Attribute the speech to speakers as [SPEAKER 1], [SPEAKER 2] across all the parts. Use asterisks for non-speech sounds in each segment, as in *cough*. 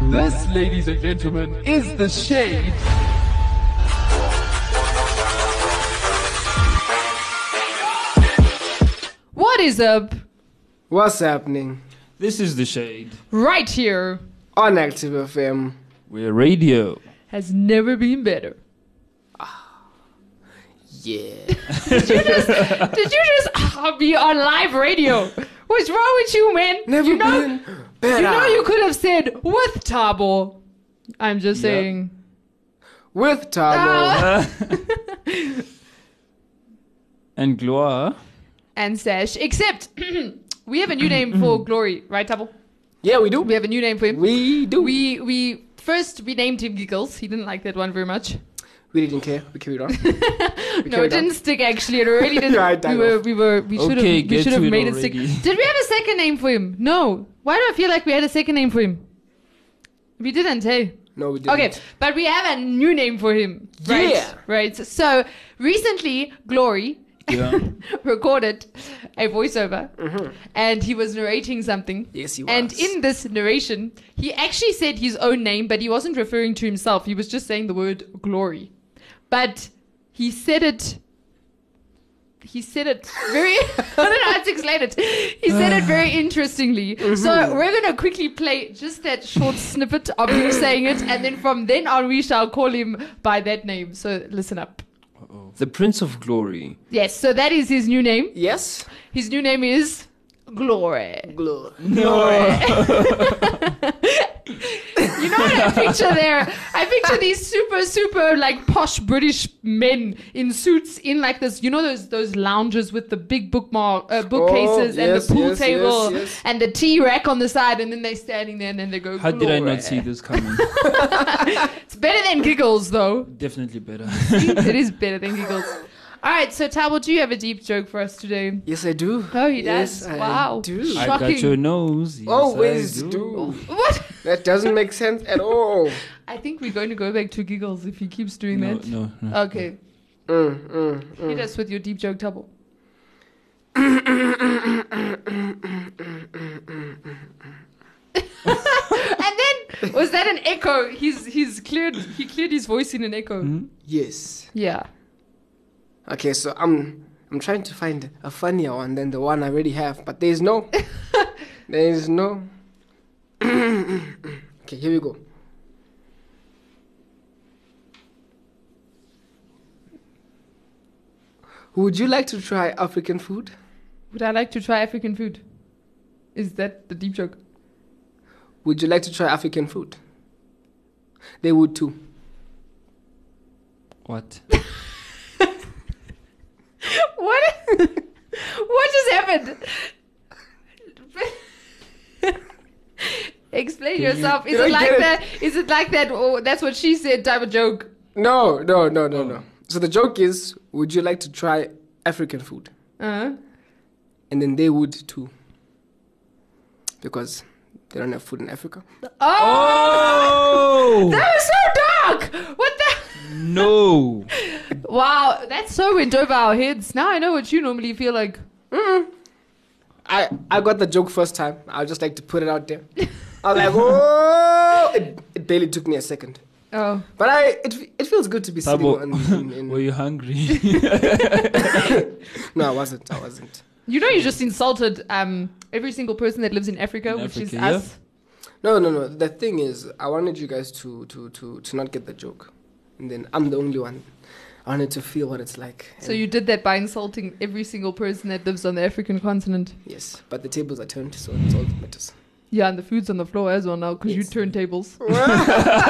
[SPEAKER 1] This, ladies and gentlemen, is the shade.
[SPEAKER 2] What is up?
[SPEAKER 3] What's happening
[SPEAKER 4] This is The Shade.
[SPEAKER 2] Right here
[SPEAKER 3] on Active FM?
[SPEAKER 4] We're radio.
[SPEAKER 2] has never been better.
[SPEAKER 3] Ah, Yeah.
[SPEAKER 2] Did you just ah, be on live radio? What's wrong with you, man?
[SPEAKER 3] Never
[SPEAKER 2] you know,
[SPEAKER 3] been better.
[SPEAKER 2] You know you could have said with Tabo. I'm just
[SPEAKER 4] Yeah.
[SPEAKER 3] *laughs*
[SPEAKER 2] saying.
[SPEAKER 3] With
[SPEAKER 2] Ah.
[SPEAKER 3] Tabo.
[SPEAKER 4] and Gloire.
[SPEAKER 2] and Sesh. Except *clears throat* we have a new name
[SPEAKER 3] *clears throat*
[SPEAKER 2] for Glory, right, Tabo?
[SPEAKER 3] yeah, we do.
[SPEAKER 2] We have a new name for him.
[SPEAKER 3] We do. We,
[SPEAKER 2] we we first we named him Giggles. He didn't like that one very much.
[SPEAKER 3] didn't care. We carried
[SPEAKER 2] *laughs*
[SPEAKER 3] on. We
[SPEAKER 2] no, it
[SPEAKER 3] carried on.
[SPEAKER 2] didn't stick actually. It
[SPEAKER 3] *laughs*
[SPEAKER 2] really didn't.
[SPEAKER 3] Yeah, I
[SPEAKER 2] we
[SPEAKER 3] died
[SPEAKER 2] were
[SPEAKER 3] off.
[SPEAKER 2] we were we should have
[SPEAKER 4] Okay,
[SPEAKER 2] we
[SPEAKER 4] get
[SPEAKER 2] should have
[SPEAKER 4] to it
[SPEAKER 2] made it stick.
[SPEAKER 4] already.
[SPEAKER 2] Did we have a second name for him? No. Why do I feel like we had a second name for him? We didn't, hey.
[SPEAKER 3] No, we didn't.
[SPEAKER 2] Okay, but we have a new name for him. Right.
[SPEAKER 3] Yeah.
[SPEAKER 2] Right. So recently, Glory *laughs*
[SPEAKER 4] Yeah.
[SPEAKER 2] recorded a voiceover
[SPEAKER 3] Mm-hmm.
[SPEAKER 2] and he was narrating something.
[SPEAKER 3] Yes, he
[SPEAKER 2] And
[SPEAKER 3] was.
[SPEAKER 2] in this narration, he actually said his own name, but he wasn't referring to himself. He was just saying the word glory. But he said it. He said it very. *laughs* I don't know how to explain it. He said it very interestingly.
[SPEAKER 3] Mm-hmm.
[SPEAKER 2] So we're gonna quickly play just that short snippet of him saying it, and then from then on we shall call him by that name. So listen up.
[SPEAKER 4] the Prince of Glory.
[SPEAKER 2] Yes. So that is his new name.
[SPEAKER 3] Yes.
[SPEAKER 2] His new name is Glory.
[SPEAKER 3] Glory.
[SPEAKER 2] *laughs* You know what I picture there? I picture these super, super like posh British men in suits in like this. You know those those lounges with the big bookmark uh, bookcases and
[SPEAKER 3] Oh, yes,
[SPEAKER 2] the pool
[SPEAKER 3] yes,
[SPEAKER 2] table
[SPEAKER 3] yes, yes.
[SPEAKER 2] and the tea rack on the side, and then they're standing there and then they go.
[SPEAKER 4] How did I
[SPEAKER 2] "Glory."
[SPEAKER 4] not see this coming?
[SPEAKER 2] It's better than giggles though. *laughs*
[SPEAKER 4] Definitely better.
[SPEAKER 2] it is better than giggles. All right, so Tabo, do you have a deep joke for us today?
[SPEAKER 3] Yes, I do.
[SPEAKER 2] Oh, he
[SPEAKER 3] Yes,
[SPEAKER 2] does.
[SPEAKER 3] I
[SPEAKER 2] wow.
[SPEAKER 3] do.
[SPEAKER 4] I
[SPEAKER 2] Shocking.
[SPEAKER 4] got your nose. Yes, I
[SPEAKER 3] Always do.
[SPEAKER 4] *laughs*
[SPEAKER 2] What?
[SPEAKER 3] That doesn't make sense at all.
[SPEAKER 2] I think we're going to go back to giggles if he keeps doing
[SPEAKER 4] No,
[SPEAKER 2] that.
[SPEAKER 4] no, no.
[SPEAKER 2] Okay.
[SPEAKER 3] Mm, mm, mm.
[SPEAKER 2] Hit us with your deep joke double. *laughs* and then was that an echo? He's he's cleared he cleared his voice in an echo.
[SPEAKER 4] Mm.
[SPEAKER 3] Yes.
[SPEAKER 2] Yeah.
[SPEAKER 3] Okay, so I'm I'm trying to find a funnier one than the one I already have, but there's no. there's no. *clears throat* okay, here we go. Would you like to try African food?
[SPEAKER 2] Would I like to try African food? Is that the deep joke?
[SPEAKER 3] Would you like to try African food? They would too.
[SPEAKER 4] What?
[SPEAKER 2] What? what just happened? Explain yourself. Is
[SPEAKER 3] Did I
[SPEAKER 2] it like
[SPEAKER 3] get it?
[SPEAKER 2] that? Is it like that? Oh, that's what she said. Type of joke.
[SPEAKER 3] No, no, no, no, no. So the joke is, would you like to try African food?
[SPEAKER 2] Uh-huh.
[SPEAKER 3] And then they would too. Because they don't have food in Africa.
[SPEAKER 4] Oh!
[SPEAKER 2] Oh, that was so dark. What the?
[SPEAKER 4] no!
[SPEAKER 2] Wow, that so went over our heads. Now I know what you normally feel like.
[SPEAKER 3] I, I got the joke first time. I would just like to put it out
[SPEAKER 2] *laughs*
[SPEAKER 3] there. I was like, oh! It, it barely took me a second.
[SPEAKER 2] Oh,
[SPEAKER 3] But I, it, f- it feels good to be sitting
[SPEAKER 4] Tabo,
[SPEAKER 3] on.
[SPEAKER 4] *laughs*
[SPEAKER 3] In, in,
[SPEAKER 4] were you hungry?
[SPEAKER 3] No, I wasn't. I wasn't.
[SPEAKER 2] you know you just insulted um every single person that lives in Africa,
[SPEAKER 4] In
[SPEAKER 2] which is
[SPEAKER 4] Africa, yeah.
[SPEAKER 2] us.
[SPEAKER 3] No, no, no. The thing is, I wanted you guys to, to, to, to not get the joke. And then I'm the only one. I wanted to feel what it's like.
[SPEAKER 2] So
[SPEAKER 3] And-
[SPEAKER 2] you did that by insulting every single person that lives on the African continent.
[SPEAKER 3] Yes, but the tables are turned, so it's all that matters.
[SPEAKER 2] Yeah, and the food's on the floor as well now because you
[SPEAKER 3] Yes.
[SPEAKER 2] turn tables. *laughs*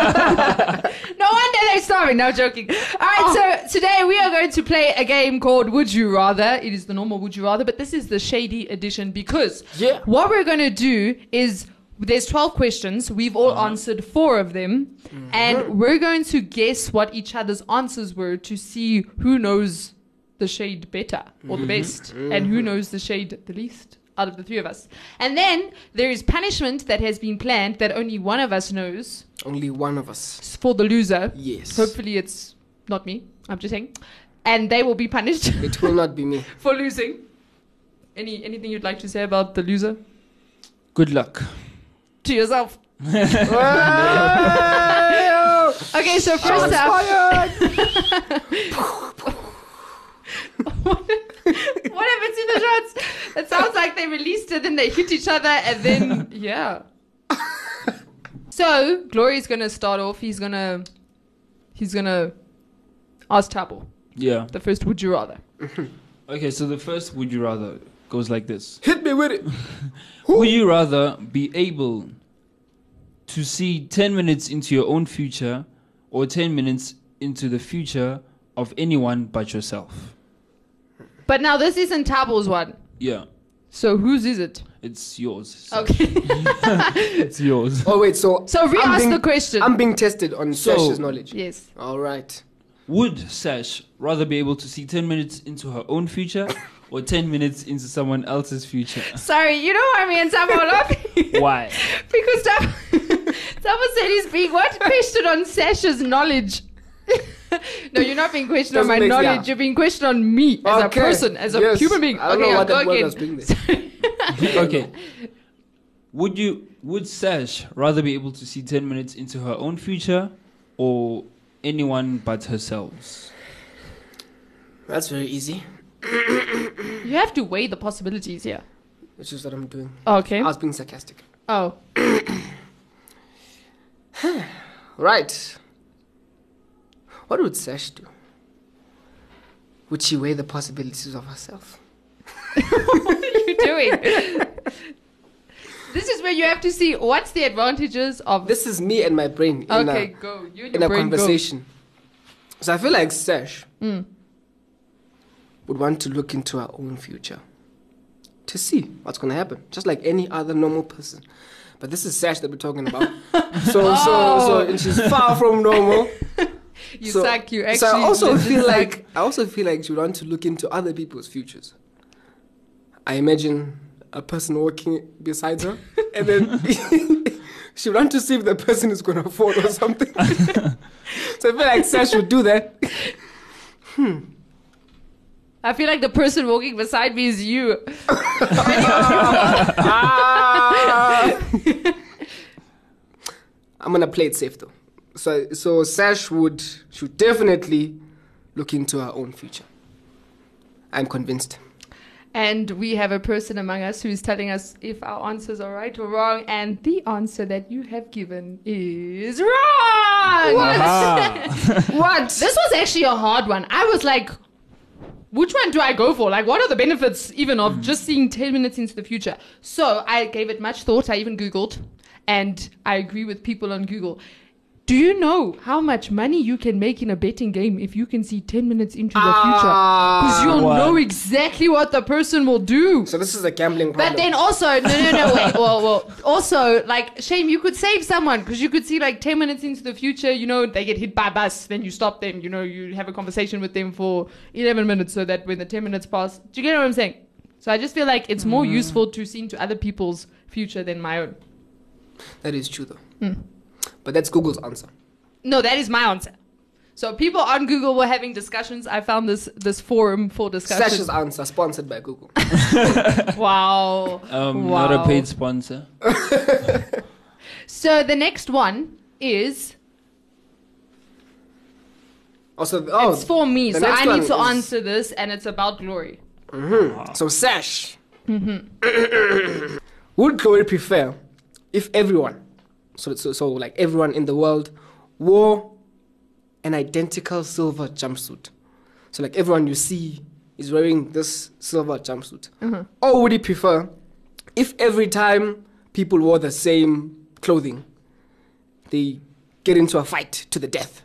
[SPEAKER 2] no wonder they're starving. No joking. All right, so today we are going to play a game called Would You Rather. It is the normal Would You Rather, but this is the shady edition because
[SPEAKER 3] Yeah.
[SPEAKER 2] what we're going to do is there's 12 questions. We've all answered four of them, and we're going to guess what each other's answers were to see who knows the shade better or the best, and who knows the shade the least out of the three of us. And then there is punishment that has been planned that only one of us knows
[SPEAKER 3] Only one of us.
[SPEAKER 2] for the loser.
[SPEAKER 3] Yes.
[SPEAKER 2] Hopefully, it's not me. I'm just saying, and they will be punished *laughs*
[SPEAKER 3] It will not be me.
[SPEAKER 2] for losing. Any anything you'd like to say about the loser
[SPEAKER 4] Good luck.
[SPEAKER 2] to yourself?
[SPEAKER 3] Wow!
[SPEAKER 2] Okay, so
[SPEAKER 3] Shots
[SPEAKER 2] first up,
[SPEAKER 3] fired!
[SPEAKER 2] *laughs* what happened to the shots? It sounds like they released it, then they hit each other, and then
[SPEAKER 3] *laughs*
[SPEAKER 2] yeah. so Glory's gonna start off. He's gonna he's gonna ask Tabo
[SPEAKER 4] Yeah.
[SPEAKER 2] the first. Would you rather?
[SPEAKER 4] Okay, so the first would you rather goes like this.
[SPEAKER 3] Hit me with it.
[SPEAKER 4] Would you rather be able to see 10 minutes into your own future or 10 minutes into the future of anyone but yourself?
[SPEAKER 2] But now this isn't Tabo's one.
[SPEAKER 4] Yeah,
[SPEAKER 2] So whose is it?
[SPEAKER 4] it's yours. So
[SPEAKER 2] *laughs* Okay.
[SPEAKER 4] It's yours.
[SPEAKER 3] Oh wait, so
[SPEAKER 2] So re
[SPEAKER 3] I'm
[SPEAKER 2] ask
[SPEAKER 3] being-
[SPEAKER 2] the question.
[SPEAKER 3] I'm being tested on
[SPEAKER 4] So-
[SPEAKER 3] Sash's knowledge.
[SPEAKER 2] yes.
[SPEAKER 3] All right.
[SPEAKER 4] Would Sash rather be able to see 10 minutes into her own *coughs* future or 10 minutes into someone else's future?
[SPEAKER 2] Sorry, you know why me and Tabo are laughing?
[SPEAKER 4] *laughs*
[SPEAKER 3] *laughs*
[SPEAKER 4] Why?
[SPEAKER 2] Because *laughs* Tabo, Tabo said he's being what questioned on Sasha's knowledge. *laughs* no, you're not being questioned on
[SPEAKER 3] Doesn't
[SPEAKER 2] my
[SPEAKER 3] make-
[SPEAKER 2] knowledge.
[SPEAKER 3] yeah.
[SPEAKER 2] You're being questioned on me as
[SPEAKER 3] Okay.
[SPEAKER 2] a person, as a
[SPEAKER 3] Yes.
[SPEAKER 2] human being.
[SPEAKER 3] I don't
[SPEAKER 2] okay,
[SPEAKER 3] know
[SPEAKER 2] I'll
[SPEAKER 3] what that
[SPEAKER 2] go
[SPEAKER 3] word
[SPEAKER 2] again.
[SPEAKER 3] was being there.
[SPEAKER 2] *laughs* Sorry.
[SPEAKER 4] *laughs* *laughs* okay. Would you would Sash rather be able to see ten minutes into her own future or anyone but herself?
[SPEAKER 3] That's very easy,
[SPEAKER 2] *laughs* you have to weigh the possibilities here.
[SPEAKER 3] which is what I'm doing.
[SPEAKER 2] Okay.
[SPEAKER 3] I was being sarcastic.
[SPEAKER 2] Oh,
[SPEAKER 3] Right. What would Sash do? Would she weigh the possibilities of herself?
[SPEAKER 2] what are you doing? *laughs* this is where you have to see what's the advantages of.
[SPEAKER 3] This is me and my brain in
[SPEAKER 2] okay,
[SPEAKER 3] a,
[SPEAKER 2] go. You and
[SPEAKER 3] in
[SPEAKER 2] your
[SPEAKER 3] a
[SPEAKER 2] brain
[SPEAKER 3] conversation. So I feel like Sash
[SPEAKER 2] Go. Mm.
[SPEAKER 3] would want to look into her own future to see what's going to happen, just like any other normal person. But this is Sash that we're talking about. so, so, so, and she's far from normal.
[SPEAKER 2] You
[SPEAKER 3] So-
[SPEAKER 2] suck. You actually.
[SPEAKER 3] so I
[SPEAKER 2] *laughs*
[SPEAKER 3] also
[SPEAKER 2] legit
[SPEAKER 3] feel
[SPEAKER 2] suck.
[SPEAKER 3] like I also feel like you want to look into other people's futures. I imagine a person walking beside her, and then *laughs* she would want to see if the person is gonna *laughs* fall or something. so I feel like Sash would do that.
[SPEAKER 2] I feel like the person walking beside me is you.
[SPEAKER 3] Ah! *laughs* I'm gonna play it safe though. So so Sash would should definitely look into her own future. I'm convinced.
[SPEAKER 2] And we have a person among us who is telling us if our answers are right or wrong. And the answer that you have given is wrong. *laughs*
[SPEAKER 3] What?
[SPEAKER 2] This was actually a hard one. I was like, which one do I go for? Like, what are the benefits even of just seeing 10 minutes into the future? So I gave it much thought. I even Googled, and I agree with people on Google. Do you know how much money you can make in a betting game if you can see 10 minutes into the future? Because you'll
[SPEAKER 4] Wow.
[SPEAKER 2] know exactly what the person will do.
[SPEAKER 3] Ah! so this is a gambling problem.
[SPEAKER 2] But then also, no, no, no, wait. Well, well, also, like, shame, you could save someone because you could see, like, 10 minutes into the future, you know, they get hit by a bus, then you stop them, you know, you have a conversation with them for 11 minutes so that when the 10 minutes pass, do you get what I'm saying? So I just feel like it's more useful to see into other people's future than my own.
[SPEAKER 3] That is true though.
[SPEAKER 2] Hmm.
[SPEAKER 3] But that's Google's answer.
[SPEAKER 2] No, that is my answer. So people on Google were having discussions. I found this this forum for discussion.
[SPEAKER 3] Sash's answer, sponsored by Google.
[SPEAKER 2] wow.
[SPEAKER 4] *laughs* Um,
[SPEAKER 2] wow.
[SPEAKER 4] not a paid sponsor. *laughs*
[SPEAKER 2] So the next one is
[SPEAKER 3] Also, oh,
[SPEAKER 2] It's for me,
[SPEAKER 3] the
[SPEAKER 2] so
[SPEAKER 3] next
[SPEAKER 2] I need
[SPEAKER 3] one
[SPEAKER 2] to
[SPEAKER 3] is-
[SPEAKER 2] answer this, and it's about glory.
[SPEAKER 3] Hmm. so Sash. Mm-hmm. *coughs* Would Chloe prefer if everyone, so, so so like everyone in the world, wore an identical silver jumpsuit? So like everyone you see is wearing this silver jumpsuit.
[SPEAKER 2] Mm-hmm.
[SPEAKER 3] Or would he prefer if every time people wore the same clothing, they get into a fight to the death?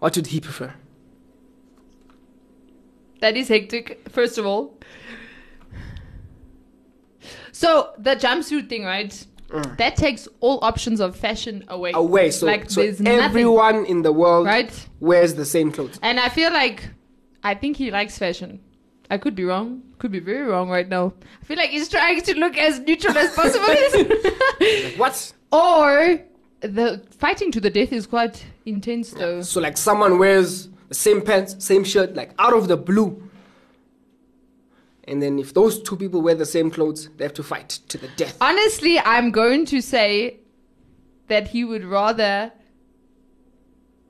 [SPEAKER 3] What would he prefer?
[SPEAKER 2] That is hectic, first of all. So the jumpsuit thing, right? That takes all options of fashion away.
[SPEAKER 3] Mm. away. So,
[SPEAKER 2] like
[SPEAKER 3] so
[SPEAKER 2] there's
[SPEAKER 3] everyone in the world
[SPEAKER 2] nothing, right?
[SPEAKER 3] wears the same clothes.
[SPEAKER 2] And I feel like I think he likes fashion. I could be wrong. Could be very wrong right now. I feel like he's trying to look as neutral as
[SPEAKER 3] *laughs*
[SPEAKER 2] possible. *laughs*
[SPEAKER 3] What?
[SPEAKER 2] or the fighting to the death is quite intense, though.
[SPEAKER 3] So like someone wears the same pants, same shirt, like out of the blue. And then if those two people wear the same clothes, they have to fight to the death.
[SPEAKER 2] Honestly, I'm going to say that he would rather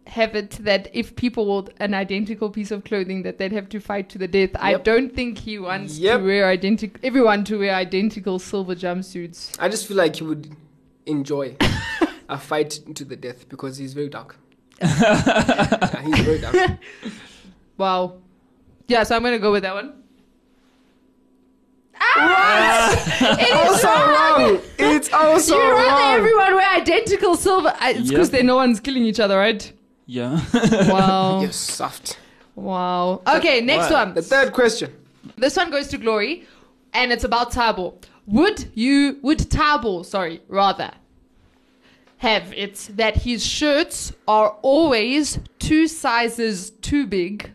[SPEAKER 2] have it that if people wore an identical piece of clothing that they'd have to fight to the death. I
[SPEAKER 3] Yep.
[SPEAKER 2] don't think he wants
[SPEAKER 3] Yep.
[SPEAKER 2] to wear identical everyone to wear identical silver jumpsuits.
[SPEAKER 3] I just feel like he would enjoy a fight to the death because he's very dark. Yeah, he's very dark.
[SPEAKER 2] Wow. Yeah, so I'm gonna go with that one. Ah!
[SPEAKER 3] *laughs* also wrong. It's also
[SPEAKER 2] you would rather
[SPEAKER 3] wrong.
[SPEAKER 2] everyone wear identical silver. I- It's because
[SPEAKER 4] Yep.
[SPEAKER 2] then no one's killing each other, right?
[SPEAKER 4] *laughs* Yeah. *laughs*
[SPEAKER 2] Wow.
[SPEAKER 3] Yes, soft.
[SPEAKER 2] Wow. Okay, next
[SPEAKER 4] Wow.
[SPEAKER 2] one.
[SPEAKER 3] The third question.
[SPEAKER 2] This one goes to Glory, and it's about Tabo. Would you, would Tabo, sorry, rather, have it that his shirts are always two sizes too big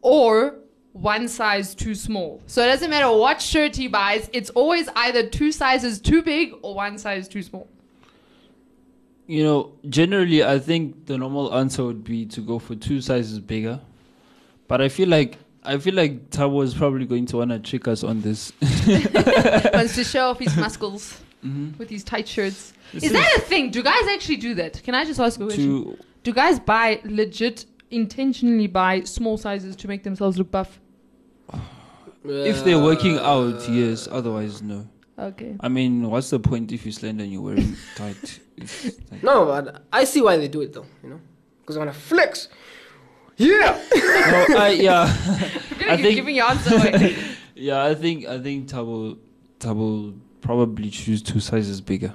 [SPEAKER 2] or one size too small? So it doesn't matter what shirt he buys, it's always either two sizes too big or one size too small.
[SPEAKER 4] You know, generally, I think the normal answer would be to go for two sizes bigger, but I feel like I feel like Tabo is probably going to want to trick us on this. *laughs*
[SPEAKER 2] Wants to show off his muscles with his tight shirts.
[SPEAKER 4] This
[SPEAKER 2] is that a thing? Do guys actually do that? Can I just ask a question?
[SPEAKER 4] to
[SPEAKER 2] Do guys buy legit intentionally buy small sizes to make themselves look buff?
[SPEAKER 4] if they're working out,
[SPEAKER 3] Uh,
[SPEAKER 4] yes. Otherwise, no.
[SPEAKER 2] Okay.
[SPEAKER 4] I mean, what's the point if you're slender and you're wearing *laughs* tight? It's like-
[SPEAKER 3] No, but I see why they do it though. You know, because I want to flex. Yeah.
[SPEAKER 4] No, I, yeah, *laughs* I
[SPEAKER 2] You're
[SPEAKER 4] think-
[SPEAKER 2] giving your answer away.
[SPEAKER 4] yeah. I think I think Tabo Tabo probably choose two sizes bigger.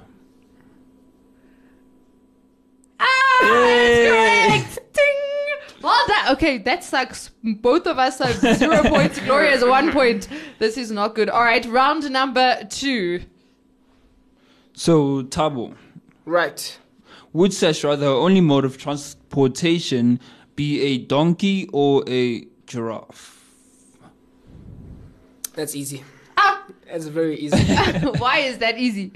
[SPEAKER 2] ah,
[SPEAKER 4] Yay.
[SPEAKER 2] that's correct. Ding. Well done. Okay, that sucks. Both of us have zero points. Gloria has one point. This is not good. All right, round number two. *laughs*
[SPEAKER 4] So Tabo,
[SPEAKER 3] right.
[SPEAKER 4] would such rather her only mode of transportation be a donkey or a giraffe?
[SPEAKER 3] That's easy.
[SPEAKER 2] Ah,
[SPEAKER 3] That's very easy.
[SPEAKER 2] why is that easy?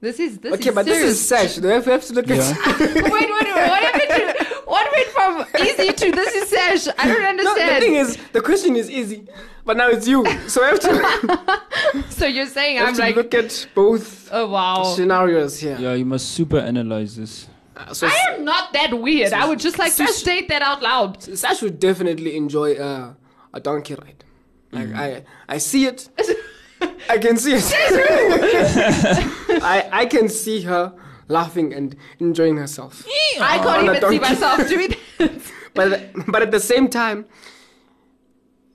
[SPEAKER 2] This is *laughs* this
[SPEAKER 3] okay,
[SPEAKER 2] is
[SPEAKER 3] but
[SPEAKER 2] serious.
[SPEAKER 3] this is Sash. We have we have to look *laughs* at.
[SPEAKER 4] Yeah.
[SPEAKER 2] wait, wait, wait. What happened to what went from easy to this is Sash? I don't
[SPEAKER 3] No,
[SPEAKER 2] understand.
[SPEAKER 3] the thing is, the question is easy, but now it's you. So we have
[SPEAKER 2] *laughs*
[SPEAKER 3] to, we
[SPEAKER 2] so you're saying
[SPEAKER 3] have
[SPEAKER 2] I'm
[SPEAKER 3] to
[SPEAKER 2] like
[SPEAKER 3] look at both
[SPEAKER 2] Oh wow.
[SPEAKER 3] scenarios here.
[SPEAKER 4] Yeah, you must super analyze this.
[SPEAKER 3] Uh, so
[SPEAKER 2] I am not that weird. I would just like to
[SPEAKER 3] Sus-
[SPEAKER 2] state that out loud.
[SPEAKER 3] Sash would definitely enjoy uh, a donkey ride. Like
[SPEAKER 4] Mm-hmm.
[SPEAKER 3] I, I see
[SPEAKER 2] *laughs*
[SPEAKER 3] it. I can see it. *laughs* I, I can see her laughing and enjoying herself.
[SPEAKER 2] I
[SPEAKER 3] on
[SPEAKER 2] can't
[SPEAKER 3] a
[SPEAKER 2] even see
[SPEAKER 3] donkey.
[SPEAKER 2] myself doing that.
[SPEAKER 3] But at- but at the same time,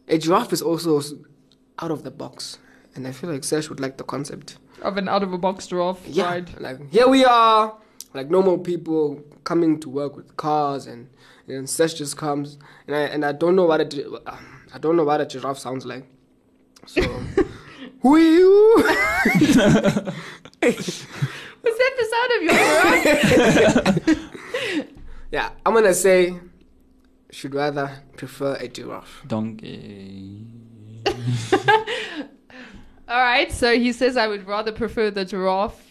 [SPEAKER 3] a giraffe is also s- out of the box, and I feel like Sash would like the concept.
[SPEAKER 2] Of an out of a box giraffe
[SPEAKER 3] Yeah,
[SPEAKER 2] ride.
[SPEAKER 3] like here we are, like normal people coming to work with cars, and and Sash just comes, and I and I don't know what a gi- uh, I don't know what a giraffe sounds like. So, *laughs* who are you?
[SPEAKER 2] Was that the sound of your
[SPEAKER 3] *laughs*
[SPEAKER 2] giraffe?
[SPEAKER 3] *laughs* yeah, I'm gonna say, should rather prefer a giraffe.
[SPEAKER 4] Donkey.
[SPEAKER 2] Alright, so he says I would rather prefer the giraffe.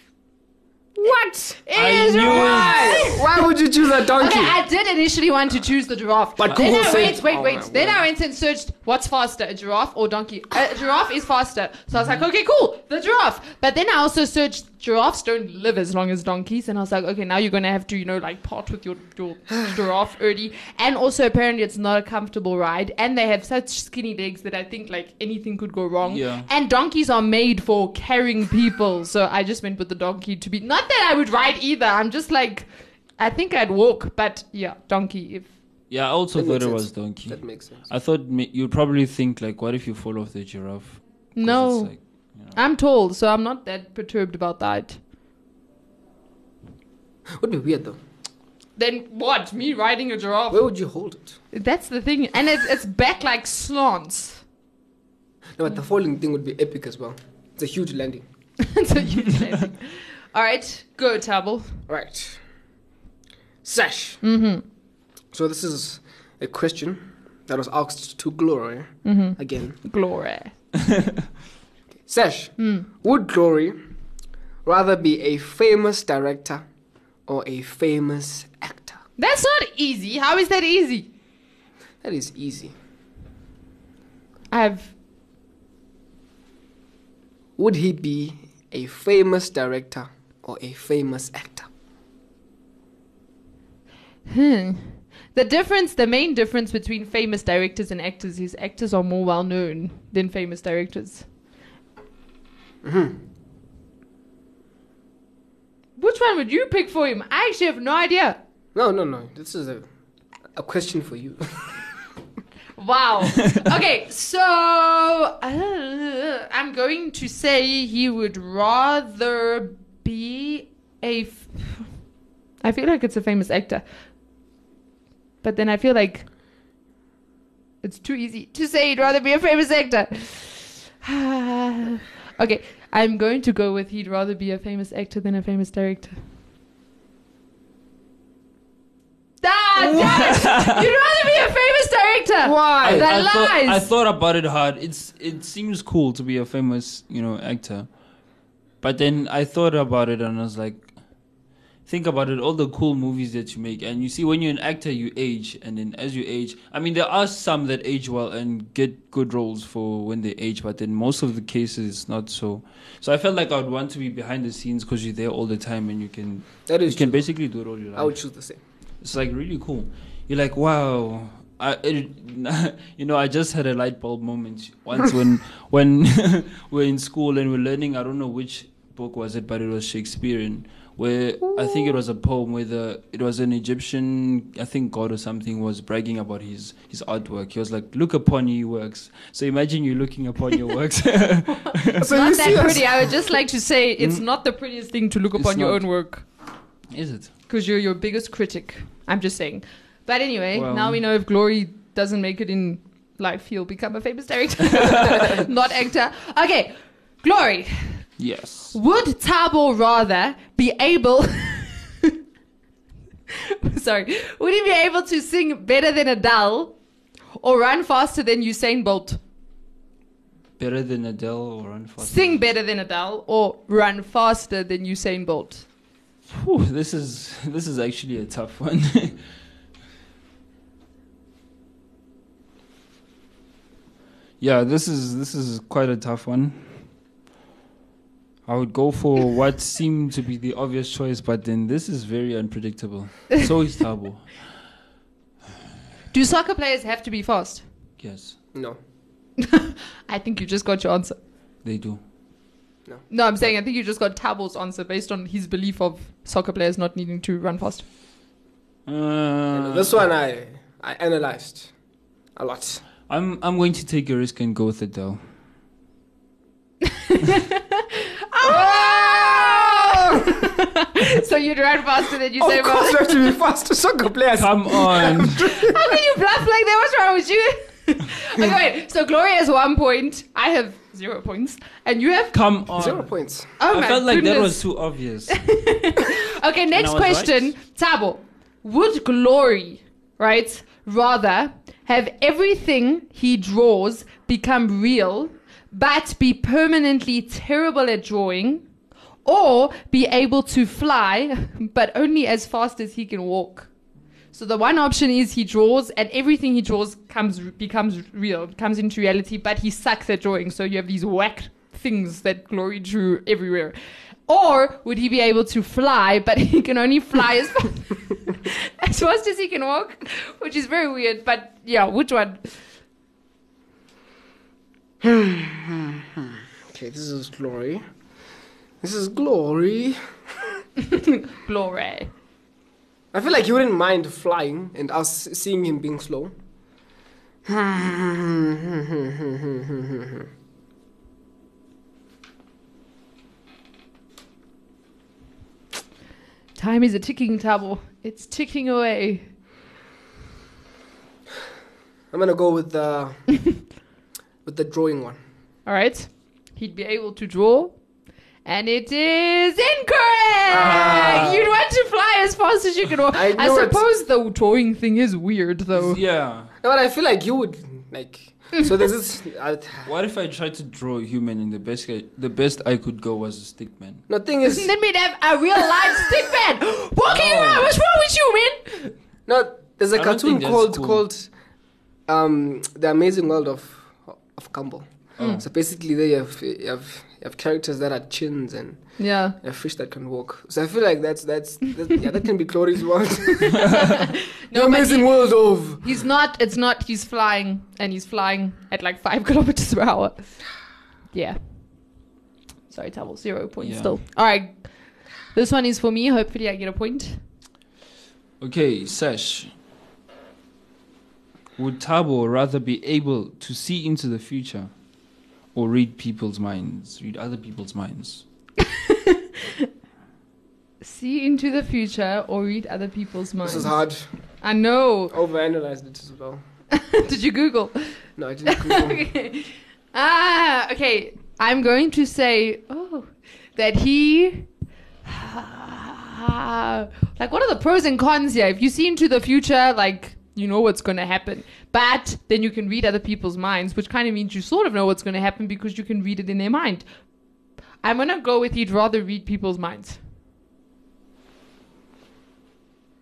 [SPEAKER 2] What? It
[SPEAKER 4] I
[SPEAKER 2] is
[SPEAKER 4] knew it.
[SPEAKER 2] right!
[SPEAKER 3] Why would you choose a donkey?
[SPEAKER 2] Okay, I did initially want to choose the giraffe.
[SPEAKER 3] But
[SPEAKER 2] then
[SPEAKER 3] Google
[SPEAKER 2] I
[SPEAKER 3] said-
[SPEAKER 2] went, wait,
[SPEAKER 3] Oh
[SPEAKER 2] wait.
[SPEAKER 3] my
[SPEAKER 2] then
[SPEAKER 3] word.
[SPEAKER 2] I went and searched what's faster, a giraffe or donkey. A giraffe is faster. So I was like, okay, cool, the giraffe. But then I also searched giraffes don't live as long as donkeys. And I was like, okay, now you're going to have to, you know, like part with your,
[SPEAKER 4] *sighs*
[SPEAKER 2] your giraffe early. And also, apparently, it's not a comfortable ride. And they have such skinny legs that I think, like, anything could go wrong.
[SPEAKER 4] Yeah.
[SPEAKER 2] And donkeys are made for carrying people. So I just went with the donkey to be. Not that I would ride either. I'm just like. I think I'd walk, but yeah, donkey. If
[SPEAKER 4] Yeah, I also
[SPEAKER 3] That
[SPEAKER 4] thought
[SPEAKER 3] makes
[SPEAKER 4] it
[SPEAKER 3] sense.
[SPEAKER 4] was donkey.
[SPEAKER 3] that makes sense.
[SPEAKER 4] I thought ma- you'd probably think like, what if you fall off the giraffe? 'Cause
[SPEAKER 2] no,
[SPEAKER 4] it's like, you know.
[SPEAKER 2] I'm tall, so I'm not that perturbed about that.
[SPEAKER 3] Would be weird though.
[SPEAKER 2] Then what? Me riding a giraffe?
[SPEAKER 3] Where would you hold it?
[SPEAKER 2] That's the thing, and it's it's back like slants. *laughs*
[SPEAKER 3] No, but the falling thing would be epic as well. It's a huge landing.
[SPEAKER 2] so you All right, go Table.
[SPEAKER 3] Right. Sash.
[SPEAKER 2] Mm-hmm.
[SPEAKER 3] So this is a question that was asked to Glory
[SPEAKER 2] Mm-hmm.
[SPEAKER 3] again.
[SPEAKER 2] Glory.
[SPEAKER 3] Sash,
[SPEAKER 2] Mm.
[SPEAKER 3] would Glory rather be a famous director or a famous actor?
[SPEAKER 2] That's not easy. How is that easy?
[SPEAKER 3] That is easy.
[SPEAKER 2] I have
[SPEAKER 3] Would he be a famous director or a famous actor?
[SPEAKER 2] Hmm. The difference, the main difference between famous directors and actors is actors are more well known than famous directors. Mm-hmm. Which one would you pick for him? I actually have no idea.
[SPEAKER 3] No, no, no. This is a, a question for you. *laughs*
[SPEAKER 2] Wow. okay, so uh, I'm going to say he would rather be a. F- I feel like it's a famous actor, but then I feel like it's too easy to say he'd rather be a famous actor. *sighs* okay, I'm going to go with he'd rather be a famous actor than a famous director. Ah,
[SPEAKER 4] *laughs*
[SPEAKER 2] damn it! You'd rather be a famous director.
[SPEAKER 3] Why?
[SPEAKER 2] That
[SPEAKER 4] I, thought,
[SPEAKER 2] lies.
[SPEAKER 4] I thought about it hard. It's it seems cool to be a famous, you know, actor. But then I thought about it and I was like think about it all the cool movies that you make and you see when you're an actor you age and then as you age I mean there are some that age well and get good roles for when they age but then most of the cases it's not so. So I felt like I would want to be behind the scenes cuz you're there all the time and you can
[SPEAKER 3] That
[SPEAKER 4] you
[SPEAKER 3] is
[SPEAKER 4] can
[SPEAKER 3] true.
[SPEAKER 4] basically do it all your life.
[SPEAKER 3] I would choose the same.
[SPEAKER 4] It's like really cool. You're like, wow. I, it, *laughs* you know, I just had a light bulb moment once when when *laughs* we're in school and we're learning. I don't know which book was it, but it was Shakespearean. Where I think it was a poem where the it was an Egyptian, I think god or something was bragging about his his artwork. He was like, "Look upon your works." So imagine you looking upon your works. *laughs*
[SPEAKER 3] So
[SPEAKER 2] *laughs* not
[SPEAKER 3] you
[SPEAKER 2] that
[SPEAKER 3] see us-
[SPEAKER 2] pretty. I would just like to say it's not the prettiest thing to look
[SPEAKER 4] Mm. It's
[SPEAKER 2] upon your
[SPEAKER 4] not.
[SPEAKER 2] own work
[SPEAKER 4] Is it?
[SPEAKER 2] because you're your biggest critic. I'm just saying. But anyway,
[SPEAKER 4] Well-
[SPEAKER 2] now we know if Glory doesn't make it in life, he'll become a famous director, not actor. Okay, Glory.
[SPEAKER 4] Yes.
[SPEAKER 2] Would Tabo rather be able? *laughs* Sorry, would he be able to sing better than Adele, or run faster than Usain Bolt?
[SPEAKER 4] Better than Adele or Unfathomable.
[SPEAKER 2] Sing better than Adele, or run faster than Usain Bolt?
[SPEAKER 4] Whew, this is this is actually a tough one. *laughs* yeah, this is this is quite a tough one. I would go for
[SPEAKER 2] *laughs*
[SPEAKER 4] what seemed to be the obvious choice, but then this is very
[SPEAKER 2] *laughs*
[SPEAKER 4] unpredictable. So is Tabo.
[SPEAKER 2] Do soccer players have to be fast?
[SPEAKER 4] yes,
[SPEAKER 3] No.
[SPEAKER 2] I think you just got your answer.
[SPEAKER 4] they do.
[SPEAKER 2] No, I'm saying I think you just got Tabo's answer based on his belief of soccer players not needing to run fast.
[SPEAKER 4] Uh,
[SPEAKER 3] this one I I analyzed a lot.
[SPEAKER 4] I'm I'm going to take a risk and go with
[SPEAKER 2] *laughs*
[SPEAKER 4] Adele.
[SPEAKER 3] Oh!
[SPEAKER 2] *laughs* so you'd run faster than you
[SPEAKER 3] Oh,
[SPEAKER 2] say
[SPEAKER 3] of course, you have to be faster *laughs* soccer players.
[SPEAKER 4] Come on.
[SPEAKER 2] How can you bluff like that? What's wrong with you?
[SPEAKER 3] *laughs*
[SPEAKER 2] okay, wait. So Gloria has one point. I have zero points. And you have.
[SPEAKER 4] Come on.
[SPEAKER 3] Zero points.
[SPEAKER 2] *laughs* Oh
[SPEAKER 4] I
[SPEAKER 2] my
[SPEAKER 4] felt like
[SPEAKER 2] goodness.
[SPEAKER 4] that was too
[SPEAKER 2] *laughs*
[SPEAKER 4] obvious.
[SPEAKER 2] Okay, next
[SPEAKER 4] I was
[SPEAKER 2] question. Tabo, would Glory, right, rather have everything he draws become real, but be permanently terrible at drawing, or be able to fly, *laughs* but only as fast as he can walk? So the one option is he draws, and everything he draws comes becomes real, comes into reality. But he sucks at drawing, so you have these whack things that Glory drew everywhere. Or would he be able to fly, but *laughs* he can only fly as fast, *laughs* as fast as he can walk, which is very weird. But yeah, which one?
[SPEAKER 3] Okay, this is glory. This is glory.
[SPEAKER 2] Glory.
[SPEAKER 3] I feel like you wouldn't mind flying and us seeing him being slow. *laughs* I
[SPEAKER 2] Time is a ticking table. It's ticking away.
[SPEAKER 3] am gonna go with *laughs* the with the drawing one.
[SPEAKER 2] All right. He'd be able to draw. And it is incorrect!
[SPEAKER 3] Ah.
[SPEAKER 2] You'd want to fly as fast as you can walk.
[SPEAKER 3] I
[SPEAKER 2] I,
[SPEAKER 3] knew it.
[SPEAKER 2] suppose the drawing thing is weird, though.
[SPEAKER 4] yeah.
[SPEAKER 3] No, but I feel like you would like. So this is uh,
[SPEAKER 4] What if I tried to draw a human and the best I, the best I could go was a stick man?
[SPEAKER 3] no thing *laughs* is
[SPEAKER 2] Then we'd have a real life stick man
[SPEAKER 3] *gasps*
[SPEAKER 2] walking
[SPEAKER 4] Oh.
[SPEAKER 2] around. What's wrong with you, man?
[SPEAKER 3] no. There's a
[SPEAKER 4] I don't
[SPEAKER 3] cartoon
[SPEAKER 4] think that's
[SPEAKER 3] called
[SPEAKER 4] cool.
[SPEAKER 3] called
[SPEAKER 4] Oh.
[SPEAKER 3] um the Amazing World of of Gumball. So basically, they have you have you have characters that are chins and
[SPEAKER 2] Yeah.
[SPEAKER 3] a fish that can walk. So I feel like that's that's, that's yeah, that can be Chloe's *laughs* world. the
[SPEAKER 2] but
[SPEAKER 3] amazing world of
[SPEAKER 2] He's not. It's not. He's flying, and he's flying at like five *laughs* kilometers per hour. Yeah. Sorry, Tavil. Zero points
[SPEAKER 4] Yeah.
[SPEAKER 2] still. All right. This one is for me. Hopefully, I get a point.
[SPEAKER 4] Okay, Sash. Would Tabo rather be able to see into the future or read people's minds? Read other people's minds.
[SPEAKER 2] See into the future or read other people's minds.
[SPEAKER 3] this is hard. *laughs*
[SPEAKER 2] I know.
[SPEAKER 3] Overanalyzed it as well.
[SPEAKER 2] Did you Google?
[SPEAKER 3] No, I didn't. *laughs* Google.
[SPEAKER 2] *laughs* okay. Ah, okay. I'm going to say, oh, that he. *sighs* like, what are the pros and cons here? If you see into the future, like, you know what's going to happen. But then you can read other people's minds, which kind of means you sort of know what's going to happen because you can read it in their mind. I'm going to go with he'd rather read people's minds.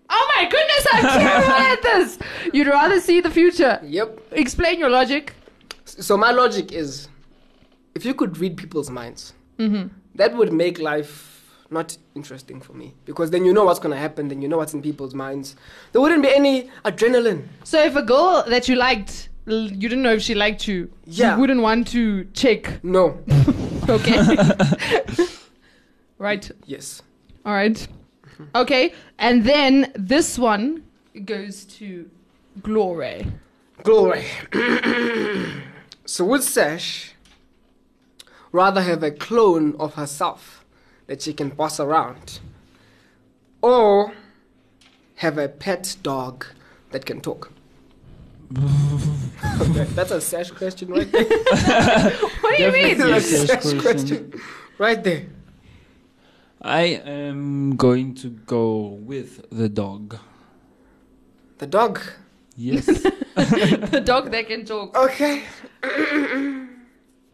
[SPEAKER 2] Oh my goodness, I'm terrible at this! You'd rather see the future.
[SPEAKER 3] yep.
[SPEAKER 2] Explain your logic.
[SPEAKER 3] So my logic is, if you could read people's minds,
[SPEAKER 2] Mm-hmm.
[SPEAKER 3] that would make life not interesting for me because then you know what's gonna happen, then you know what's in people's minds. There wouldn't be any adrenaline.
[SPEAKER 2] So if a girl that you liked, l- you didn't know if she liked you,
[SPEAKER 3] Yeah.
[SPEAKER 2] you wouldn't want to check.
[SPEAKER 3] No. *laughs*
[SPEAKER 2] Okay. right.
[SPEAKER 3] yes.
[SPEAKER 2] All right. Okay. And then this one goes to Glory.
[SPEAKER 3] Glory. *coughs* so would Sash rather have a clone of herself that she can boss around, or have a pet dog that can talk? *laughs* Okay, That's a Sash question right there.
[SPEAKER 2] What do you mean?
[SPEAKER 4] Definitely.
[SPEAKER 3] That's a
[SPEAKER 4] Sash
[SPEAKER 3] Sash
[SPEAKER 4] question.
[SPEAKER 3] question right there.
[SPEAKER 4] I am going to go with the dog.
[SPEAKER 3] The dog.
[SPEAKER 4] Yes.
[SPEAKER 2] *laughs* the dog that can talk.
[SPEAKER 3] Okay.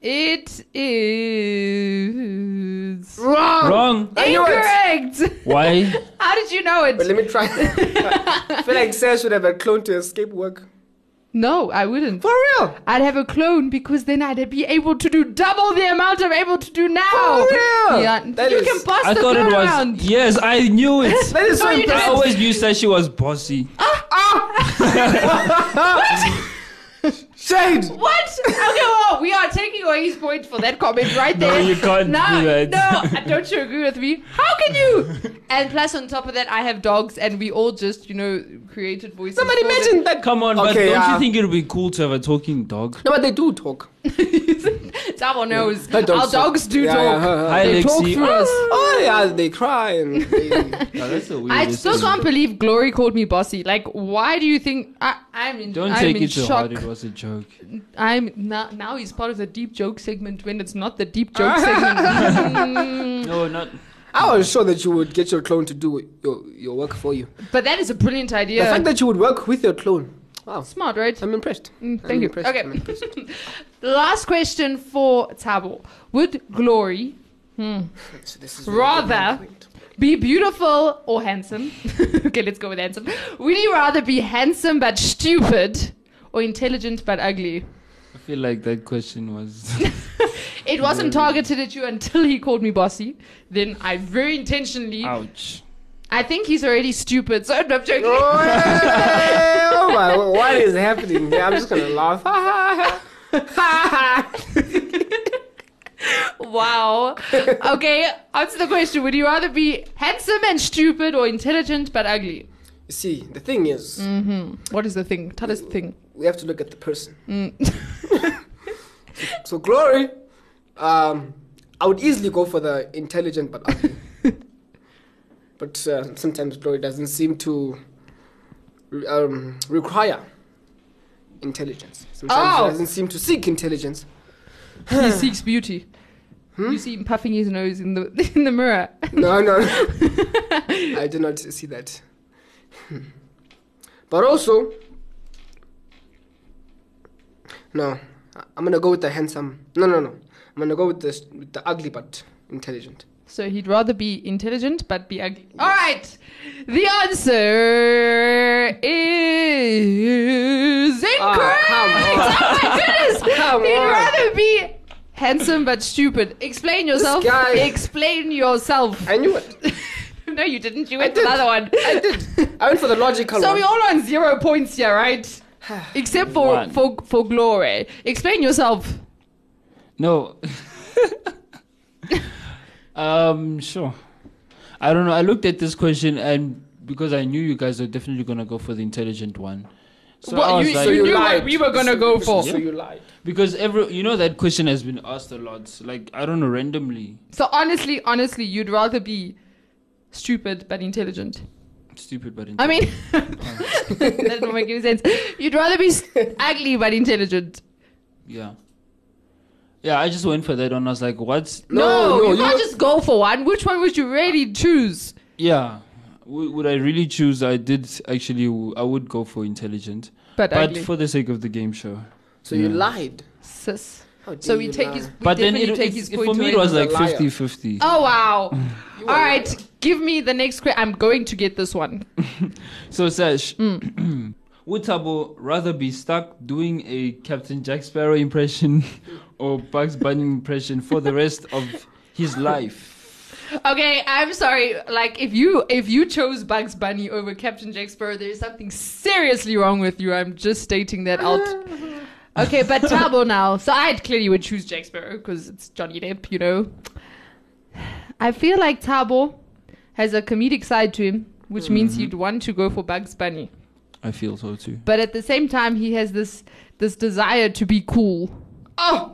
[SPEAKER 2] It is
[SPEAKER 3] Wrong.
[SPEAKER 4] Wrong.
[SPEAKER 3] I knew it.
[SPEAKER 2] incorrect. *laughs*
[SPEAKER 4] Why?
[SPEAKER 2] How did you know
[SPEAKER 3] But
[SPEAKER 2] it?
[SPEAKER 3] let me try. *laughs* I feel like Sash should have a clone to escape work.
[SPEAKER 2] *laughs* No, I wouldn't.
[SPEAKER 3] For real.
[SPEAKER 2] I'd have a clone because then I'd be able to do double the amount I'm able to do now.
[SPEAKER 3] For real?
[SPEAKER 2] Yeah,
[SPEAKER 3] That
[SPEAKER 2] you
[SPEAKER 3] is-
[SPEAKER 2] can pass
[SPEAKER 4] I
[SPEAKER 2] the
[SPEAKER 4] thought
[SPEAKER 2] clone
[SPEAKER 4] it was.
[SPEAKER 2] around.
[SPEAKER 4] Yes, I
[SPEAKER 2] *laughs*
[SPEAKER 4] knew it.
[SPEAKER 3] That is
[SPEAKER 2] No,
[SPEAKER 3] so
[SPEAKER 2] you didn't.
[SPEAKER 4] I
[SPEAKER 3] impressive.
[SPEAKER 4] always knew that she was bossy.
[SPEAKER 3] *laughs* Shade.
[SPEAKER 2] What? Okay, well, we are taking away his point for that comment right
[SPEAKER 4] No,
[SPEAKER 2] there.
[SPEAKER 4] you can't
[SPEAKER 2] no,
[SPEAKER 4] do that.
[SPEAKER 2] No, don't you agree with me? How can you? And plus, on top of that, I have dogs, and we all just, you know, created voices.
[SPEAKER 3] Somebody
[SPEAKER 2] for them. *laughs*
[SPEAKER 3] imagine that.
[SPEAKER 4] Come on, but
[SPEAKER 3] Okay,
[SPEAKER 4] don't
[SPEAKER 2] uh,
[SPEAKER 3] yeah.
[SPEAKER 4] you think it would be cool to have a talking dog?
[SPEAKER 3] No, but they do talk.
[SPEAKER 2] Someone knows.
[SPEAKER 3] That
[SPEAKER 2] Our
[SPEAKER 3] talk.
[SPEAKER 2] dogs do
[SPEAKER 3] Yeah,
[SPEAKER 2] talk.
[SPEAKER 3] yeah, huh, huh.
[SPEAKER 4] Hi,
[SPEAKER 2] They talk
[SPEAKER 4] Lexi.
[SPEAKER 2] through
[SPEAKER 3] *laughs*
[SPEAKER 2] us.
[SPEAKER 3] Oh yeah, they cry and *laughs* they,
[SPEAKER 4] Oh, that's the
[SPEAKER 2] I
[SPEAKER 4] weirdest
[SPEAKER 2] still
[SPEAKER 4] thing.
[SPEAKER 2] can't believe Glory called me bossy. Like, why do you think I, I'm in?
[SPEAKER 4] Don't
[SPEAKER 2] I'm
[SPEAKER 4] take
[SPEAKER 2] in
[SPEAKER 4] it to
[SPEAKER 2] shock.
[SPEAKER 4] heart. It was a joke.
[SPEAKER 2] I'm now. Now he's part of the deep joke segment when it's not the deep joke *laughs* segment. Mm,
[SPEAKER 4] No, not.
[SPEAKER 3] I was sure that you would get your clone to do your, your work for you.
[SPEAKER 2] but that is a brilliant
[SPEAKER 3] The
[SPEAKER 2] idea.
[SPEAKER 3] fact that you would work with your clone. Wow.
[SPEAKER 2] Smart, right?
[SPEAKER 3] I'm impressed.
[SPEAKER 2] Mm, thank
[SPEAKER 3] I'm
[SPEAKER 2] you.
[SPEAKER 3] impressed. I'm
[SPEAKER 2] Okay.
[SPEAKER 3] impressed.
[SPEAKER 2] *laughs* Last question for Tabo. Would Glory hmm,
[SPEAKER 3] So this is
[SPEAKER 2] Rather-
[SPEAKER 3] very good.
[SPEAKER 2] be beautiful or handsome? *laughs* okay, let's go with handsome. Would he rather be handsome but stupid or intelligent but ugly? *laughs*
[SPEAKER 4] I feel like that question was.
[SPEAKER 2] It wasn't targeted at you until he called me bossy. Then I very intentionally.
[SPEAKER 4] Ouch.
[SPEAKER 2] I think he's already stupid, so I'm joking.
[SPEAKER 3] Oh, hey, oh my! What is happening? here? I'm just gonna laugh.
[SPEAKER 2] wow. Okay, answer the question. Would you rather be handsome and stupid or intelligent but ugly?
[SPEAKER 3] See, the thing is,
[SPEAKER 2] Mm-hmm. What is the thing? Tell us the thing.
[SPEAKER 3] we have to look at the person.
[SPEAKER 2] Mm.
[SPEAKER 3] so glory, um, I would easily go for the intelligent but ugly. but uh, sometimes glory doesn't seem to re- um, require intelligence. Sometimes
[SPEAKER 2] Oh.
[SPEAKER 3] it doesn't seem to seek intelligence.
[SPEAKER 2] *laughs* he seeks beauty. You see him puffing his nose in the *laughs* in the mirror.
[SPEAKER 3] No, no, no. I do not see that. *laughs* But also, no, I- I'm gonna go with the handsome. No, no, no. I'm gonna go with the s- with the ugly but intelligent.
[SPEAKER 2] So he'd rather be intelligent but be ugly. All right. The answer is incorrect.
[SPEAKER 3] Ah,
[SPEAKER 2] oh my goodness.
[SPEAKER 3] *laughs* come on.
[SPEAKER 2] He'd rather be Handsome but stupid. Explain yourself.
[SPEAKER 3] guy.
[SPEAKER 2] Explain yourself.
[SPEAKER 3] I knew it.
[SPEAKER 2] *laughs* no, you didn't. You
[SPEAKER 3] I
[SPEAKER 2] went to
[SPEAKER 3] did.
[SPEAKER 2] the other one.
[SPEAKER 3] I did. I went for the logical
[SPEAKER 2] *laughs* So
[SPEAKER 3] one.
[SPEAKER 2] we all on zero points here,
[SPEAKER 3] *sighs*
[SPEAKER 2] right? Except for
[SPEAKER 4] One.
[SPEAKER 2] for for glory. Explain yourself.
[SPEAKER 4] No. *laughs* um, sure. I don't know. I looked at this question and because I knew you guys were definitely gonna go for the intelligent one. So I
[SPEAKER 2] Well,
[SPEAKER 4] was
[SPEAKER 2] you-
[SPEAKER 4] like,
[SPEAKER 2] so you- knew what we were gonna
[SPEAKER 3] So-
[SPEAKER 2] go
[SPEAKER 3] so-
[SPEAKER 2] for.
[SPEAKER 3] So you lied.
[SPEAKER 4] because every you know that question has been asked a lot. Like I don't know randomly
[SPEAKER 2] So honestly, honestly, you'd rather be stupid but intelligent.
[SPEAKER 4] stupid but
[SPEAKER 2] I
[SPEAKER 4] intelligent.
[SPEAKER 2] mean, *laughs* that doesn't make any sense. You'd rather be s- ugly but intelligent.
[SPEAKER 4] yeah. Yeah, I just went for that one. I was like, what's
[SPEAKER 2] No,
[SPEAKER 3] No, no,
[SPEAKER 2] you,
[SPEAKER 3] you
[SPEAKER 2] can't
[SPEAKER 3] were-
[SPEAKER 2] just go for one. Which one would you really choose?
[SPEAKER 4] yeah. W- would I really choose? I did actually. w- I would go for intelligent,
[SPEAKER 2] But,
[SPEAKER 4] but
[SPEAKER 2] ugly.
[SPEAKER 4] for the sake of the game show.
[SPEAKER 3] So you
[SPEAKER 4] Yeah.
[SPEAKER 3] lied.
[SPEAKER 2] Sis.
[SPEAKER 3] How dare
[SPEAKER 2] So we
[SPEAKER 3] you
[SPEAKER 2] take
[SPEAKER 3] lie.
[SPEAKER 2] his. We
[SPEAKER 4] But then it,
[SPEAKER 2] definitely take
[SPEAKER 4] it's-
[SPEAKER 2] his
[SPEAKER 4] it-
[SPEAKER 2] point
[SPEAKER 4] for me,
[SPEAKER 2] away.
[SPEAKER 4] it was like
[SPEAKER 3] a liar.
[SPEAKER 4] 50-50.
[SPEAKER 2] Oh wow!
[SPEAKER 3] You
[SPEAKER 2] All
[SPEAKER 3] are
[SPEAKER 2] right,
[SPEAKER 3] lying.
[SPEAKER 2] give me the next question. I'm going to get this one.
[SPEAKER 4] So Sash,
[SPEAKER 2] Mm.
[SPEAKER 4] *clears throat* would Tabo rather be stuck doing a Captain Jack Sparrow impression *laughs* or Bugs Bunny impression for the rest of his life?
[SPEAKER 2] Okay, I'm sorry. Like if you if you chose Bugs Bunny over Captain Jack Sparrow, there's something seriously wrong with you. I'm just stating that out. Okay, but Tabo now. So I clearly would choose Jack Sparrow because it's Johnny Depp, you know. I feel like Tabo has a comedic side to him, which means he'd want to go for Bugs Bunny,
[SPEAKER 4] I feel so too.
[SPEAKER 2] but at the same time, he has this this desire to be cool. Oh,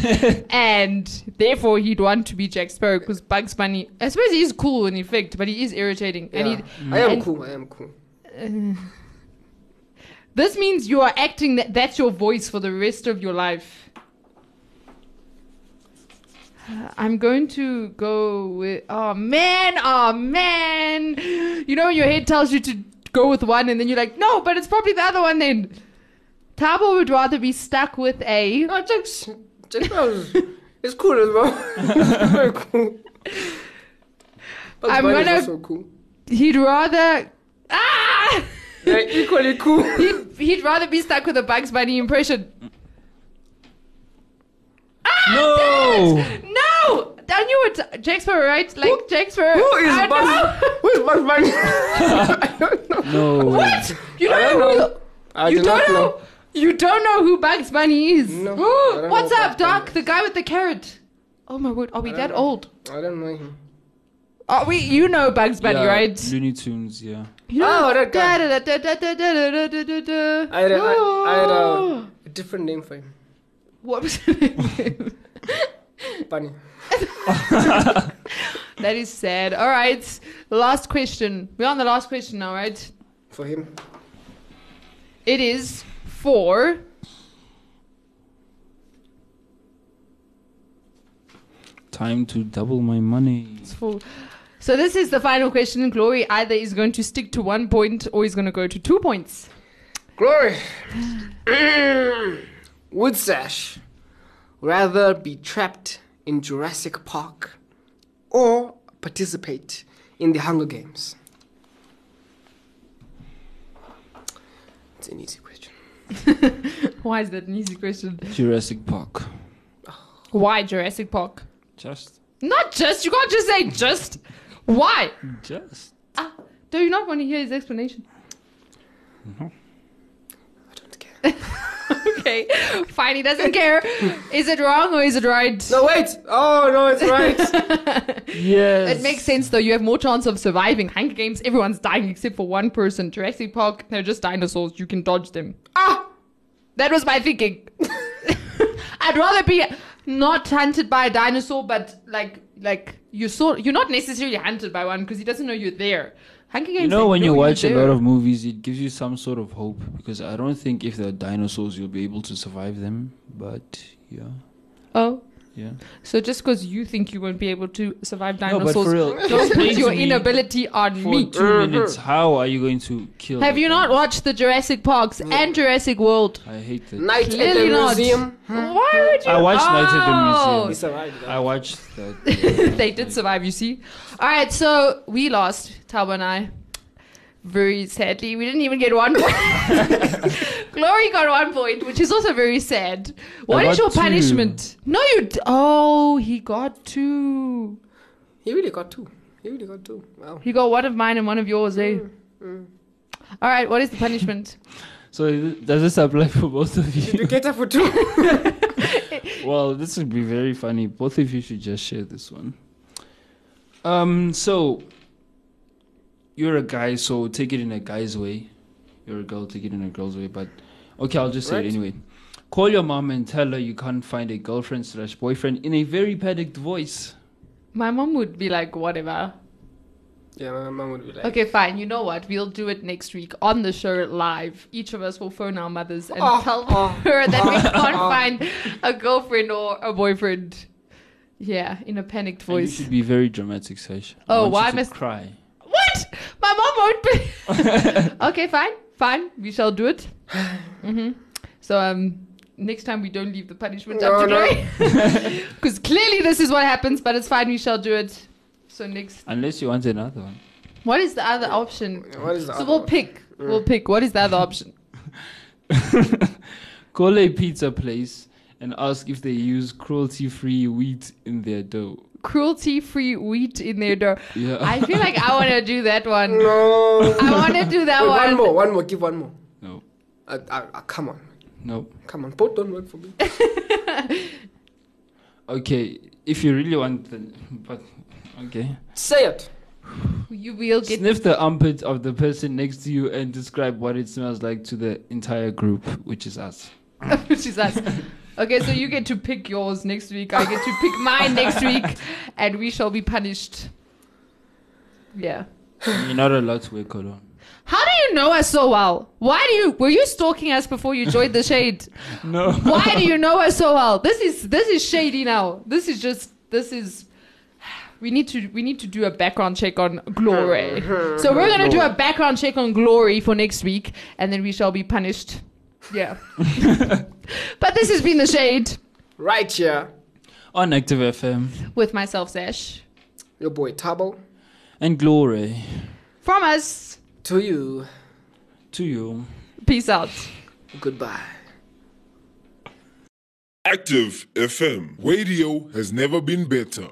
[SPEAKER 2] *laughs* and therefore he'd want to be Jack Sparrow because Bugs Bunny. I suppose he is cool in effect, but he is irritating.
[SPEAKER 3] Yeah.
[SPEAKER 2] And he,
[SPEAKER 3] I am
[SPEAKER 2] and-
[SPEAKER 3] cool. I am cool.
[SPEAKER 2] *laughs* this means you are acting that that's your voice for the rest of your life. Uh, I'm going to go with. Oh man! Oh man! You know when your head tells you to go with one, and then you're like, no, but it's probably the other one. Then Tabo would rather be stuck with a.
[SPEAKER 3] No, Jack, Jack Sparrow's it's cool as
[SPEAKER 2] *laughs*
[SPEAKER 3] well. it's very cool. But
[SPEAKER 2] I'm
[SPEAKER 3] I'm Bunny's
[SPEAKER 2] gonna-
[SPEAKER 3] also cool.
[SPEAKER 2] He'd rather. Ah!
[SPEAKER 3] They're equally
[SPEAKER 2] *laughs*
[SPEAKER 3] cool.
[SPEAKER 2] he'd, he'd rather be stuck with a Bugs Bunny impression. Ah,
[SPEAKER 4] No!
[SPEAKER 2] No! I knew it. Jack Sparrow, right? Like Jack Sparrow.
[SPEAKER 3] Who is
[SPEAKER 2] I
[SPEAKER 3] Bugs?
[SPEAKER 2] know.
[SPEAKER 3] Who is Bugs Bunny? I don't know.
[SPEAKER 4] No.
[SPEAKER 2] *laughs* What? You don't,
[SPEAKER 3] I don't
[SPEAKER 2] know.
[SPEAKER 3] know. I
[SPEAKER 2] You
[SPEAKER 3] do not
[SPEAKER 2] don't know.
[SPEAKER 3] know.
[SPEAKER 2] You don't know who Bugs Bunny is.
[SPEAKER 3] No,
[SPEAKER 2] *gasps*
[SPEAKER 3] I don't know
[SPEAKER 2] What's
[SPEAKER 3] who Bugs Bunny
[SPEAKER 2] up, Doc?
[SPEAKER 3] is.
[SPEAKER 2] The guy with the carrot. Oh my word! Are we
[SPEAKER 3] I
[SPEAKER 2] that
[SPEAKER 3] don't know.
[SPEAKER 2] old?
[SPEAKER 3] I don't know him.
[SPEAKER 2] Are we? You know Bugs Bunny,
[SPEAKER 4] Yeah,
[SPEAKER 2] right?
[SPEAKER 4] Looney Tunes, yeah. *laughs*
[SPEAKER 2] You know,
[SPEAKER 3] Oh, that guy.
[SPEAKER 2] Da, da, da, da, da, da, da, da, da, da.
[SPEAKER 3] I had, a, I, I had
[SPEAKER 2] Oh.
[SPEAKER 3] a, a different name for him.
[SPEAKER 2] *gasps* What was it?
[SPEAKER 3] *laughs* Bunny.
[SPEAKER 2] *laughs* that is sad. All right, last question. We're on the last question now, right?
[SPEAKER 3] For him.
[SPEAKER 2] It is for
[SPEAKER 4] Time to double my money.
[SPEAKER 2] It's full. So this is the final question. Glory either is going to stick to one point or is going to go to two points.
[SPEAKER 3] Glory. *clears throat* Would Sash rather be trapped in Jurassic Park or participate in the Hunger Games? It's an easy question.
[SPEAKER 2] Why is that an easy question?
[SPEAKER 4] Jurassic Park.
[SPEAKER 2] Why Jurassic Park?
[SPEAKER 4] Just.
[SPEAKER 2] Not just. You can't just say just. Why?
[SPEAKER 4] Just.
[SPEAKER 2] Ah, do you not want to hear his explanation? *laughs*
[SPEAKER 3] I don't care.
[SPEAKER 2] *laughs* Okay, fine. He doesn't care. Is it wrong or is it right?
[SPEAKER 3] no, wait. Oh, no, it's
[SPEAKER 2] *laughs*
[SPEAKER 3] right.
[SPEAKER 4] Yes.
[SPEAKER 2] It makes sense though. You have more chance of surviving. Hunger Games, everyone's dying except for one person. Jurassic Park, they're just dinosaurs. You can dodge them.
[SPEAKER 3] ah,
[SPEAKER 2] That was
[SPEAKER 4] *laughs*
[SPEAKER 2] my thinking. I'd rather be not hunted by a dinosaur, but like like you saw, you're not necessarily hunted by one because he doesn't know you're there. Hunger Games.
[SPEAKER 4] You know,
[SPEAKER 2] they
[SPEAKER 4] when
[SPEAKER 2] know
[SPEAKER 4] you watch a
[SPEAKER 2] you're
[SPEAKER 4] lot
[SPEAKER 2] there.
[SPEAKER 4] of movies, it gives you some sort of hope because I don't think if there are dinosaurs, you'll be able to survive them. But yeah,
[SPEAKER 2] Oh,
[SPEAKER 4] yeah.
[SPEAKER 2] so just because you think you won't be able to survive
[SPEAKER 4] No, but
[SPEAKER 2] dinosaurs,
[SPEAKER 4] for
[SPEAKER 2] *laughs*
[SPEAKER 4] real,
[SPEAKER 2] don't put
[SPEAKER 4] explain
[SPEAKER 2] your
[SPEAKER 4] to me
[SPEAKER 2] inability on
[SPEAKER 4] for
[SPEAKER 2] me.
[SPEAKER 4] 2 minutes. How are you going to kill?
[SPEAKER 2] Have
[SPEAKER 4] the
[SPEAKER 2] you not
[SPEAKER 4] dinosaur?
[SPEAKER 2] watched the Jurassic Parks and Jurassic World?
[SPEAKER 4] I hate that.
[SPEAKER 3] night at
[SPEAKER 2] Clearly
[SPEAKER 3] the
[SPEAKER 2] not.
[SPEAKER 3] museum.
[SPEAKER 2] Why would you?
[SPEAKER 4] I watched Night at the
[SPEAKER 2] Oh.
[SPEAKER 4] Museum.
[SPEAKER 3] He survived.
[SPEAKER 4] I watched that.
[SPEAKER 2] *laughs* they did survive, you see. All right, so we
[SPEAKER 4] *laughs*
[SPEAKER 2] lost, Tabo and I. Very sadly, we didn't even get one point. Glory got one point, which is also very sad. What
[SPEAKER 4] I
[SPEAKER 2] is your
[SPEAKER 4] got two.
[SPEAKER 2] punishment? No, you. D- oh, he got two.
[SPEAKER 3] He really got two. He really got two. Wow. Mm,
[SPEAKER 2] He got one of mine and one of yours, eh?
[SPEAKER 4] Hmm.
[SPEAKER 2] All right, what is the punishment?
[SPEAKER 4] So th- does this apply for both of
[SPEAKER 3] Did you
[SPEAKER 4] you?
[SPEAKER 3] get up for
[SPEAKER 2] *laughs*
[SPEAKER 3] two?
[SPEAKER 4] well, this would be very funny. Both of you should just share this one. Um, so you're a guy, so take it in a guy's way. You're a girl, take it in a girl's way. But okay, I'll just say
[SPEAKER 3] Right.
[SPEAKER 4] it anyway. Call your mom and tell her you can't find a girlfriend slash boyfriend in a very panicked voice.
[SPEAKER 2] My mom would be like, whatever.
[SPEAKER 3] yeah, my mom would be like,
[SPEAKER 2] Okay, fine. You know what? We'll do it next week on the show live. Each of us will phone our mothers and
[SPEAKER 3] Oh,
[SPEAKER 2] tell
[SPEAKER 3] oh,
[SPEAKER 2] *laughs* her that
[SPEAKER 3] *laughs*
[SPEAKER 2] we
[SPEAKER 3] oh,
[SPEAKER 2] can't
[SPEAKER 3] oh.
[SPEAKER 2] find a girlfriend or a boyfriend. Yeah, in a panicked
[SPEAKER 4] And you
[SPEAKER 2] voice.
[SPEAKER 4] should be very dramatic, Sash. I want
[SPEAKER 2] Oh,
[SPEAKER 4] you
[SPEAKER 2] why
[SPEAKER 4] to
[SPEAKER 2] must-
[SPEAKER 4] cry?
[SPEAKER 2] What? My mom won't be. *laughs* okay, fine, fine. We shall do it. hmm So um, next time we don't leave the punishment up to
[SPEAKER 3] Oh, No, no. *laughs*
[SPEAKER 2] *laughs* because clearly this is what happens. But it's fine. We shall do it. So next,
[SPEAKER 4] *laughs* Unless you want another one.
[SPEAKER 2] what is the other option?
[SPEAKER 3] What is the
[SPEAKER 2] so
[SPEAKER 3] other Mm.
[SPEAKER 2] we'll
[SPEAKER 3] one?
[SPEAKER 2] pick. We'll pick. What is the other option?
[SPEAKER 4] Call a pizza place and ask if they use cruelty-free wheat in their dough.
[SPEAKER 2] Cruelty-free wheat in their dough.
[SPEAKER 4] Yeah. *laughs*
[SPEAKER 2] I feel like I want to do
[SPEAKER 3] *laughs*
[SPEAKER 2] that one.
[SPEAKER 3] No.
[SPEAKER 2] I want to do that
[SPEAKER 3] Wait,
[SPEAKER 2] one.
[SPEAKER 3] one more, one more, give one more.
[SPEAKER 4] no,
[SPEAKER 3] Uh, uh, uh, come on,
[SPEAKER 4] no.
[SPEAKER 3] come on. Both don't work for me.
[SPEAKER 4] Okay, if you really want, the, but okay.
[SPEAKER 3] Say it.
[SPEAKER 2] You will get
[SPEAKER 4] Sniff the armpit of the person next to you and describe what it smells like to the entire group, which is us.
[SPEAKER 2] *laughs* which is us. Okay, so you get to pick yours next week. I get to pick mine *laughs* next week, and we shall be punished. Yeah.
[SPEAKER 4] You're not allowed to wear cologne.
[SPEAKER 2] How do you know us so well? Why do you were you stalking us before you joined the shade?
[SPEAKER 4] No.
[SPEAKER 2] Why do you know us so well? This is this is shady now. This is just this is we need to we need to do a background check on glory. So we're gonna do a background check on glory for next week and then we shall be punished. Yeah. but this has been the shade.
[SPEAKER 3] Right here,
[SPEAKER 4] On Active FM
[SPEAKER 2] with myself, Sash.
[SPEAKER 3] your boy Tabo.
[SPEAKER 4] and glory
[SPEAKER 2] From us,
[SPEAKER 3] To you,
[SPEAKER 4] to you.
[SPEAKER 2] peace out.
[SPEAKER 3] goodbye.
[SPEAKER 5] Active FM. Radio has never been better.